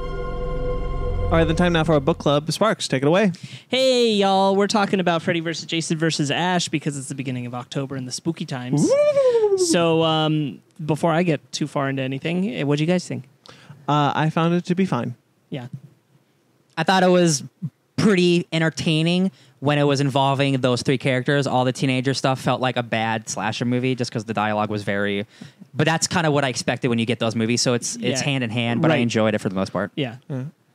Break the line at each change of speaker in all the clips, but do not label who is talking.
All right, the time now for our book club. Sparks, take it away.
Hey, y'all, we're talking about Freddy versus Jason versus Ash because it's the beginning of October and the spooky times. so, um, before I get too far into anything, eh, what'd you guys think?
Uh, I found it to be fine.
Yeah.
I thought it was pretty entertaining when it was involving those three characters. All the teenager stuff felt like a bad slasher movie just because the dialogue was very. But that's kind of what I expected when you get those movies. So it's it's
Yeah.
hand in hand, but I
Right.
enjoyed it for the most part.
Yeah.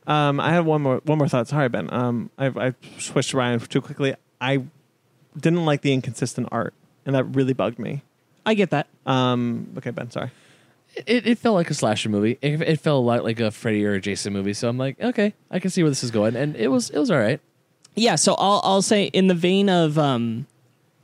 Um, I had one more one more thought. Sorry, Ben. Um, I, I switched Ryan too quickly. I didn't like the inconsistent art, and that really bugged me.
I get that.
Um, okay, Ben. Sorry.
It, it felt like a slasher movie. It, it felt a lot like a Freddy or a Jason movie. So I'm like, okay, I can see where this is going, and it was it was all right.
yeah so i'll i'll say in the vein of um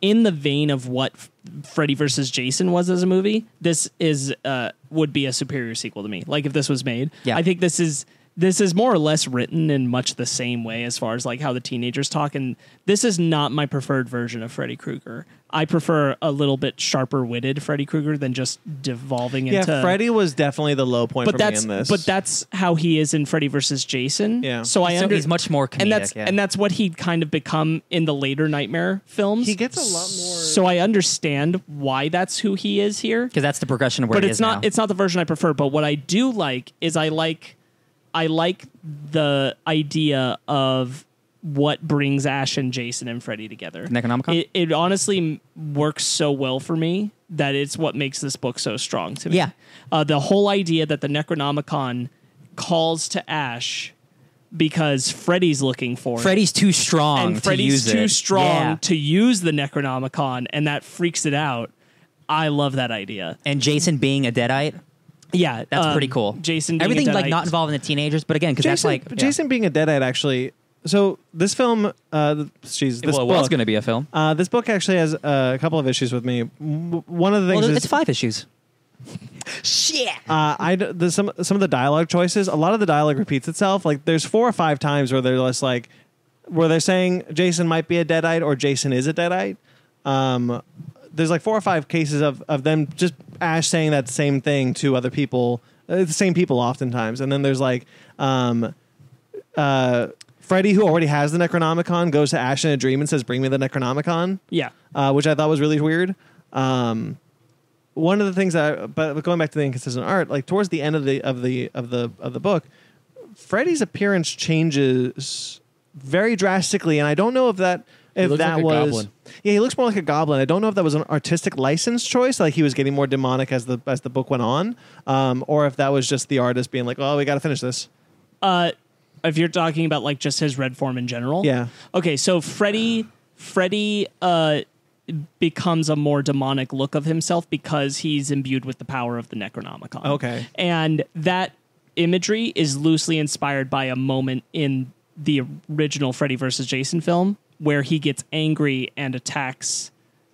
in the vein of what F- freddy versus jason was as a movie this is uh would be a superior sequel to me like if this was made
Yeah.
i think this is this is more or less written in much the same way as far as like how the teenagers talk and this is not my preferred version of freddy krueger i prefer a little bit sharper witted freddy krueger than just devolving
Yeah,
into
Freddy was definitely the low point
but
for
that's
me in this.
but that's how he is in Freddy versus Jason.
Yeah.
So I
So
under-
he's much more comedic,
and that's
yeah.
and that's what he'd kind of become in the later Nightmare films.
He gets a lot more-
So I understand why that's who he is here,
Because that's the progression of where
but
it
it's
is
not
now.
it's not the version I prefer. But what I do like is I like I like the idea of what brings Ash and Jason and Freddy together.
Necronomicon?
It, it honestly m- works so well for me that it's what makes this book so strong to me.
Yeah.
Uh, the whole idea that the Necronomicon calls to Ash because Freddy's looking for it
Freddy's too strong.
and
to
Freddy's
use
too
it.
strong
Yeah.
to use the Necronomicon, and that freaks it out. I love that idea.
and Jason being a deadite,
Yeah,
that's
um,
pretty cool.
Jason, being a
everything like
Deadite.
not involving the teenagers, but again, because that's
Jason,
like yeah.
Jason being a deadite actually. So this film, uh, th- jeez, this
well, it
book,
was going to be a film.
uh, this book actually has uh, a couple of issues with me. W- One of the things
Well,
is
it's five issues.
Uh, I d- the, some some of the dialogue choices. A lot of the dialogue repeats itself. Like there's four or five times where they're just like, where they're saying Jason might be a deadite or Jason is a deadite. Um, there's like four or five cases of of them just Ash saying that same thing to other people, uh, the same people oftentimes. And then there's like, um, uh, Freddy who already has the Necronomicon goes to Ash in a dream and says, "Bring me the Necronomicon."
Yeah,
uh, which I thought was really weird. Um, one of the things that, I, but going back to the inconsistent art, like towards the end of the of the of the of the book, Freddy's appearance changes very drastically, and I don't know if that if
looks
that
like a
was
goblin.
yeah, he looks more like a goblin. I don't know if that was an artistic license choice, like he was getting more demonic as the as the book went on, um, or if that was just the artist being like, "Oh, we got to finish this."
uh, if you're talking about like just his red form in general.
Yeah.
Okay, so Freddy, Freddy, uh, becomes a more demonic look of himself because he's imbued with the power of the Necronomicon.
Okay.
and that imagery is loosely inspired by a moment in the original Freddy vs. Jason film where he gets angry and attacks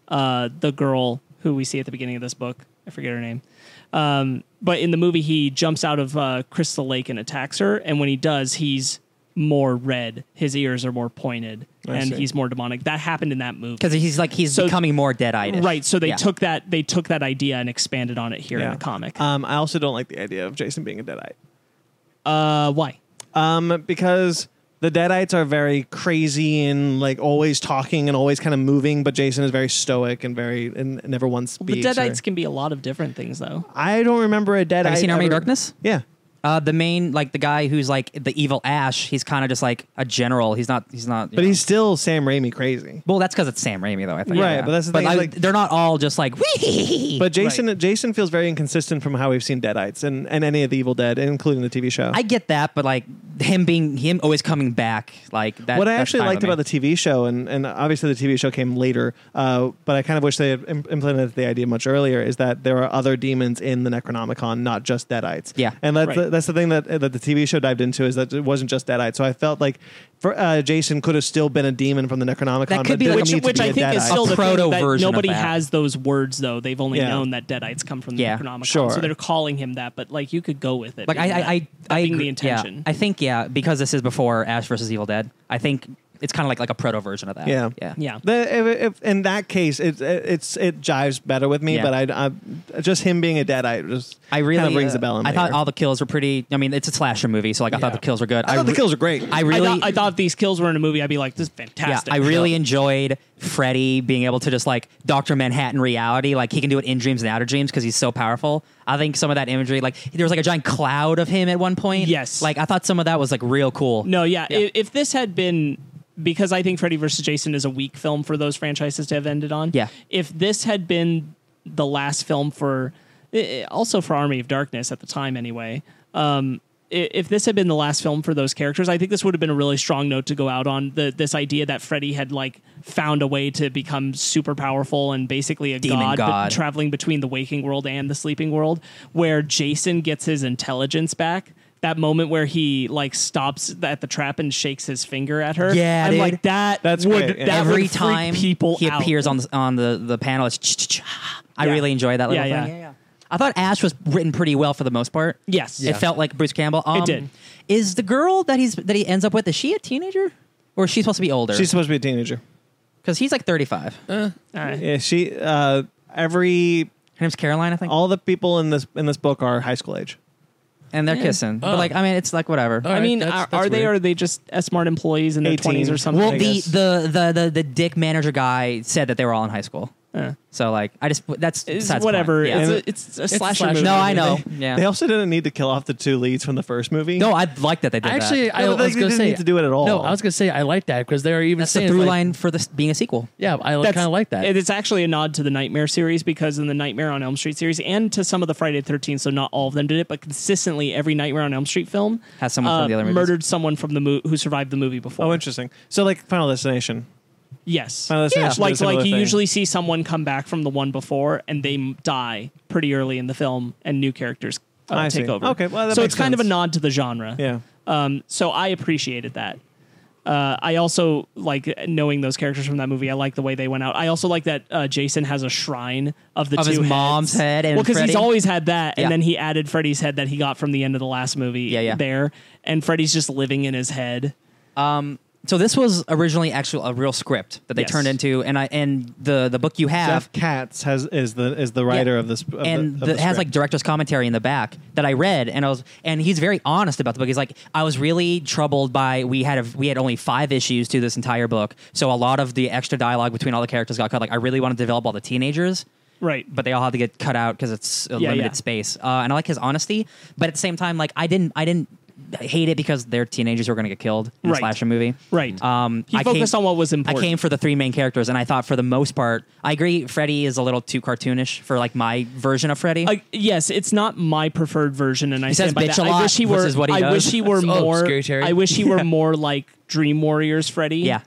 uh, the girl who we see at the beginning of this book. I forget her name. Um, but in the movie, he jumps out of uh, Crystal Lake and attacks her. And when he does, he's more red. His ears are more pointed, and
see.
he's more demonic. That happened in that movie.
Because he's like he's
So-
becoming more deadite.
Right. So they
Yeah.
took that they took that idea and expanded on it here in the comic.
Um, I also don't like the idea of Jason being a deadite.
Uh, why?
Um, because the Deadites are very crazy and like always talking and always kind of moving, but Jason is very stoic and very and never once
The
speaks.
Deadites
or-
can be a lot of different things, though.
I don't remember a Deadite.
Have you seen Army of
ever-
Darkness?
Yeah.
Uh, the main like the guy who's like the evil Ash. He's kind of just like a general. He's not. He's not. you
But
know.
he's still Sam Raimi crazy.
well. That's because it's Sam Raimi though. I think.
Right, but that's the thing,
I-
like-
they're not all just like. Wee!
But Jason Jason feels very inconsistent from how we've seen Deadites and, and any of the Evil Dead, including the TV show.
I get that, but like him being him always coming back like that.
what I
that's
actually
fine with
liked
me.
about the TV show, and, and obviously the TV show came later, uh, but I kind of wish they had im- implemented the idea much earlier, is that there are other demons in the Necronomicon, not just Deadites.
Yeah.
And that's,
Right.
the, that's the thing that, that the TV show dived into, is that it wasn't just Deadites. So I felt like for, uh, Jason could have still been a demon from the Necronomicon,
That could
but
be
didn't
like-
Which,
need to
which
be
I
a
think is
Deadite.
still
A
the thing that
proto-version of
nobody
that.
has those words though. They've only
Yeah.
known that Deadites come from the
Yeah.
Necronomicon,
Sure.
so they're calling him that. But like, you could go with it.
like
being
I I
that-
I,
that
I
being
agree-
the intention.
Yeah, I think yeah because this is before Ash versus Evil Dead. I think it's kind of like like a proto version of that.
Yeah.
yeah,
Yeah.
The, if, if, in that case, it, it it's it jives better with me.
Yeah.
But I, I just him being a deadite just
I really
kinda rings
uh,
a bell. In
I
my
thought
ear.
all the kills were pretty. I mean, it's a slasher movie, so like I thought the kills were good.
I thought the
re-
kills were great.
I really,
I thought, I thought if these kills were in a movie, I'd be like, this is
yeah,
fantastic.
I really enjoyed Freddy being able to just like Doctor Manhattan reality. Like he can do it in dreams and outer dreams because he's so powerful. I think some of that imagery, like there was like a giant cloud of him at one point.
Yes.
like I thought some of that was like real cool.
No, yeah. i- If, this had been because I think Freddy vs. Jason is a weak film for those franchises to have ended on.
Yeah.
If this had been the last film for i- i- also for Army of Darkness at the time anyway. Um i- if this had been the last film for those characters, I think this would have been a really strong note to go out on. The this idea that Freddy had like found a way to become super powerful and basically a
Demon
but
god.
traveling between the waking world and the sleeping world, where Jason gets his intelligence back. That moment where he like stops at the trap and shakes his finger at her.
Yeah,
I'm
dude.
like that.
That's
would
great, yeah.
that would
every
freak
time
people
he
out.
appears on the, on the the panel, it's ch-ch-ch. I
Yeah.
really enjoy that little
Yeah,
thing.
yeah.
I thought Ash was written pretty well for the most part.
Yes.
it felt like Bruce Campbell. Um,
did.
Is the girl that he's that he ends up with is she a teenager or is she supposed to be older?
She's supposed to be a teenager.
because he's like thirty five. Her
All right.
Yeah, she uh, every
name's Caroline, I think,
all the people in this in this book are high school age.
and they're kissing.
Oh.
But like, I mean, it's like whatever.
All
I
right,
mean,
that's-
are,
that's
are they
weird.
are they just smart employees in their
18.
twenties or something?
Well,
the,
I guess.
the the the the dick manager guy said that they were all in high school.
Uh,
So like, I just that's
it's
besides the
whatever.
point. Yeah.
It's,
And-
a, it's a slasher
slasher.
movie.
no, I know.
They
yeah.
also didn't need to kill off the two leads from the first movie.
No, I like that they did
Actually,
that.
I,
No,
was
they
gonna
didn't
say
need to do it at all.
No, I was gonna say I like that because they're even
That's the
saying
through
like-
line for this being a sequel.
Yeah, I
That's-
kind of like that.
and It's actually a nod to the Nightmare series because in the Nightmare on Elm Street series and to some of the Friday the 13th, so not all of them did it, but consistently every Nightmare on Elm Street film uh,
Has someone from the other movies.
murdered someone from the mo- who survived the movie before.
Oh, interesting. So like Final Destination.
yes.
Final Destination. does
Like,
similar
like you
thing.
usually see someone come back from the one before and they m- die pretty early in the film and new characters uh,
I
take
see.
over.
Okay, well, that
so
makes
it's kind of a
sense.
nod to the genre.
Yeah.
Um, so I appreciated that. Uh, I also like knowing those characters from that movie. I like the way they went out. I also like that uh, Jason has a shrine of the
Of
two
his
heads.
mom's head and
well, because he's
Freddy?
always had that, and
Yeah.
then he added Freddy's head that he got from the end of the last movie.
Yeah, yeah.
There, and Freddy's just living in his head.
So this was originally actually a real script that they
Yes.
turned into, and I and the the book you have
Jeff Katz has is the is the writer
Yeah.
of this of the-
and
of
the,
the
it has like
script.
director's commentary in the back that I read, and I was and he's very honest about the book. He's like, I was really troubled by we had a, we had only five issues to this entire book, so a lot of the extra dialogue between all the characters got cut. Like I really wanted to develop all the teenagers,
Right.
but they all had to get cut out because it's a
Yeah,
limited
yeah.
space. Uh, and I like his honesty, but at the same time, like I didn't I didn't hate it because they're teenagers who are going to get killed in
Right.
a slasher movie.
Right.
Um,
He
I
focused
came-
on what was important.
I came for the three main characters, and I thought for the most part, I agree. Freddy is a little too cartoonish for like my version of Freddy.
Uh, yes, it's not my preferred version, and I
says
stand by
bitch
that.
a lot,
I wish he
which
were.
is what he
I
does.
wish he were
Oh,
more.
Scary Terry.
I wish he were more like Dream Warriors Freddy.
yeah,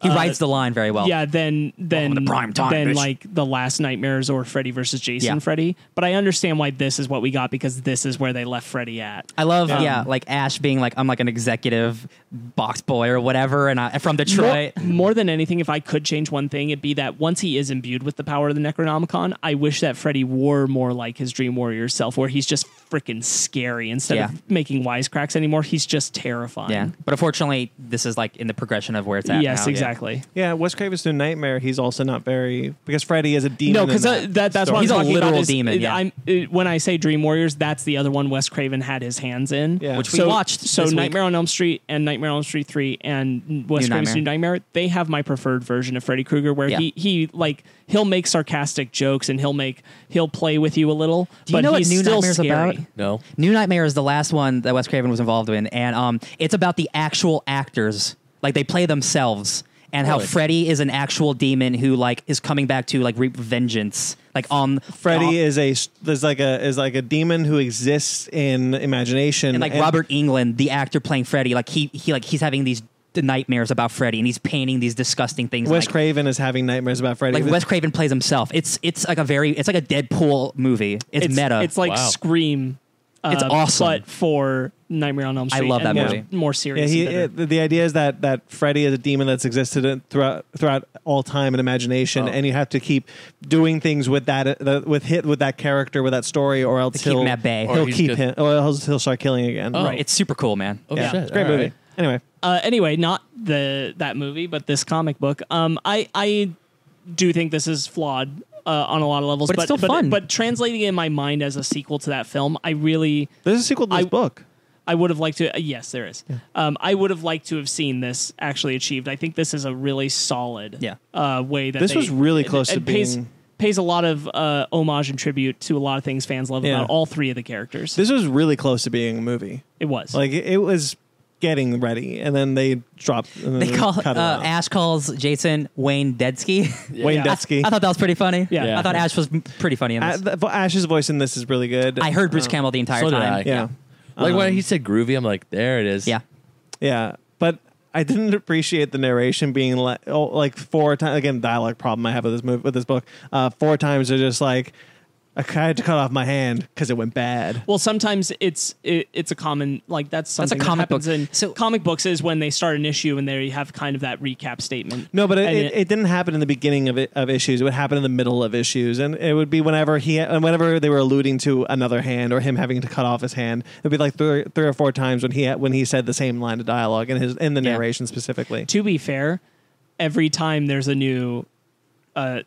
he writes the line very well.
Uh, yeah, then then
the prime time,
then
bitch.
like the last nightmares or Freddy versus Jason
Yeah.
Freddy. But I understand why this is what we got because this is where they left Freddy at.
I love yeah, like Ash being like I'm like an executive box boy or whatever, and I from Detroit.
More, more than anything, if I could change one thing, it'd be that once he is imbued with the power of the Necronomicon, I wish that Freddy were more like his Dream Warrior self, where he's just freaking scary instead
Yeah.
of making wisecracks anymore. He's just terrifying.
Yeah, but unfortunately, this is like in the progression of where it's at.
Yes,
now, yeah.
exactly.
yeah, Wes Craven's new nightmare. He's also not very because Freddy is a demon.
No, because
uh,
in
that, that, that's what
He's
I'm
a
talking about
literal
is-
demon, yeah.
I'm, uh, when I say Dream Warriors, that's the other one Wes Craven had his hands in,
Yeah. Which
we watched
So
this week.
Nightmare on Elm Street and Nightmare on Elm Street Three and Wes
New
Craven's New Nightmare, they have my preferred version of Freddy Krueger, where
Yeah.
he he like he'll make sarcastic jokes and he'll make he'll play with you a little.
Do you
but
know what
he's
New
still
Nightmare's
scary.
about?
no,
New Nightmare is the last one that Wes Craven was involved in, and um, it's about the actual actors, like they play themselves, and how
Really?
Freddy is an actual demon who like is coming back to like reap vengeance, like on
Freddy
on-
is a there's like a is like a demon who exists in imagination
and like Robert England, the actor playing Freddy, like he he like he's having these d- nightmares about Freddy, and he's painting these disgusting things.
Wes
like,
Craven is having nightmares about Freddy.
like Wes Craven plays himself. It's it's like a very it's like a Deadpool movie. It's,
It's
meta.
It's like
Wow.
Scream. Uh,
It's awesome.
but for Nightmare on Elm
I
Street.
love that
and
movie.
More, more
yeah,
serious.
he,
and bitter.
it- the idea is that that Freddy is a demon that's existed in- throughout throughout all time and imagination,
Oh.
and you have to keep doing things with that uh, the- with hit with that character with that story, or else
keep
he'll
him at bay.
He'll
Or he's
keep
good.
him, or else he'll start killing again.
Oh.
Right. It's super cool, man.
oh
Yeah.
shit,
It's a great
all
movie.
right.
Anyway,
uh, anyway, not the that movie, but this comic book. Um, I I do think this is flawed uh, on a lot of levels,
But it's still fun.
But translating it in my mind as a sequel to that film, I really
there's a sequel to this
I-
book.
I would have liked to. uh, yes, there is. Um, I would have liked to have seen this actually achieved. I think this is a really solid
Yeah.
uh, way that
This
they-
was really
it-
close
it
to
pays,
being-
pays a lot of uh, homage and tribute to a lot of things fans love
Yeah.
about all three of the characters.
This was really close to being a movie.
it was
Like it, it was getting ready, and then they dropped. And then
They call
Mm-hmm. cut it
uh,
out.
Ash calls Jason Wayne Dedsky.
Wayne
Yeah.
Detsky.
I thought that was pretty funny.
Yeah. Uh,
Yeah.
I thought Ash was m- pretty funny in
A-
this.
the- vo- Ash's voice in this is really good.
I heard Bruce
Oh.
Um,
Campbell the entire
so did
time.
I.
Yeah,
Like when
Um,
he said groovy, I'm like, there it is.
Yeah.
yeah, but I didn't appreciate the narration being like, oh, like four times again. Dialogue problem I have with this movie with this book. Uh, four times they're just like, I had to cut off my hand because it went bad.
Well, sometimes it's it, it's a common like that's
That's a
something
comic
that happens
book.
in
So-
comic books is when they start an issue and they have kind of that recap statement.
No, but it,
And
it, it didn't happen in the beginning of it, of issues. It would happen in the middle of issues, and it would be whenever he and whenever they were alluding to another hand or him having to cut off his hand. It'd be like three, three or four times when he had- when he said the same line of dialogue in his in the
Yeah.
narration specifically.
to be fair, every time there's a new uh,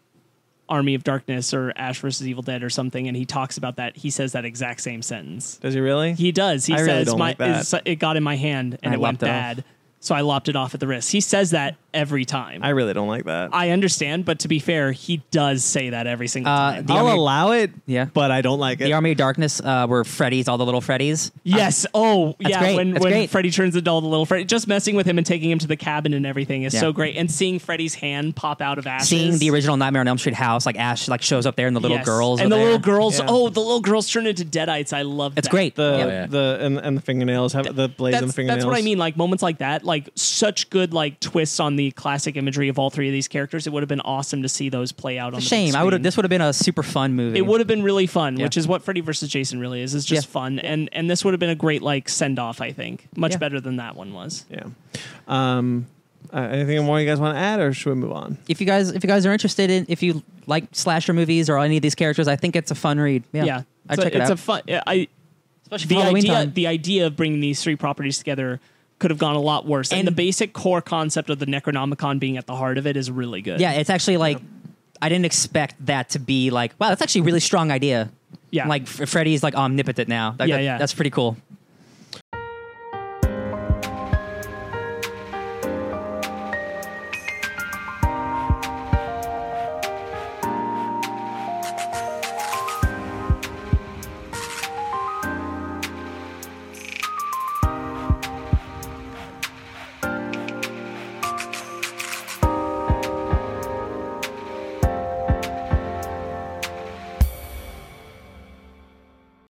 Army of Darkness or Ash versus Evil Dead or something, and he talks about that, he says that exact same sentence.
Does he really?
He does. He
I really
says,
don't
"My
like that.
is- it got in my hand and
I
it went
lopped it off.
bad, so I lopped it off at the wrist." He says that every time.
I really don't like that.
I understand, but to be fair, he does say that every single
Uh,
time.
the-
I'll
Army-
allow it,
Yeah.
but I don't like it.
The Army of Darkness uh, were Freddy's, all the little Freddy's.
Yes. oh, yeah.
great.
When
Uh, That's
when
great.
Freddy turns adult, the little Freddy, just messing with him and taking him to the cabin and everything is
Yeah.
so great. And seeing Freddy's hand pop out of ashes,
Seeing the original Nightmare on Elm Street house, like Ash like shows up there and the little
Yes.
girls
and
are
the
there.
little girls.
Yeah.
Oh, the little girls turn into deadites. I love.
It's
that.
great.
the
Yeah.
Oh, yeah.
the and, and the fingernails have the blades
That's,
and the fingernails.
that's what I mean. Like moments like that, like such good like twists on the classic imagery of all three of these characters. It would have been awesome to see those play out on the big
Shame. I would have.
screen.
This would have been a super fun movie.
It would have been really fun,
Yeah.
which is what Freddy versus Jason really is. It's just
Yeah.
fun, and and this would have been a great like send off. I think much
Yeah.
better than that one was.
Yeah. Um. Uh, anything more you guys want to add, or should we move on?
If you guys, if you guys are interested in, if you like slasher movies or any of these characters, I think it's a fun read. Yeah,
Yeah,
I
it's,
check
a,
it
it's
out.
a fun. I
Especially
the
Halloween
idea
time.
the idea of bringing these three properties together could have gone a lot worse and,
And-
the basic core concept of the necronomicon being at the heart of it is really good
yeah, it's actually like I didn't expect that to be like wow, that's actually a really strong idea.
Yeah.
like F- Freddy's like omnipotent now. Like,
Yeah,
that-
yeah.
That's pretty cool.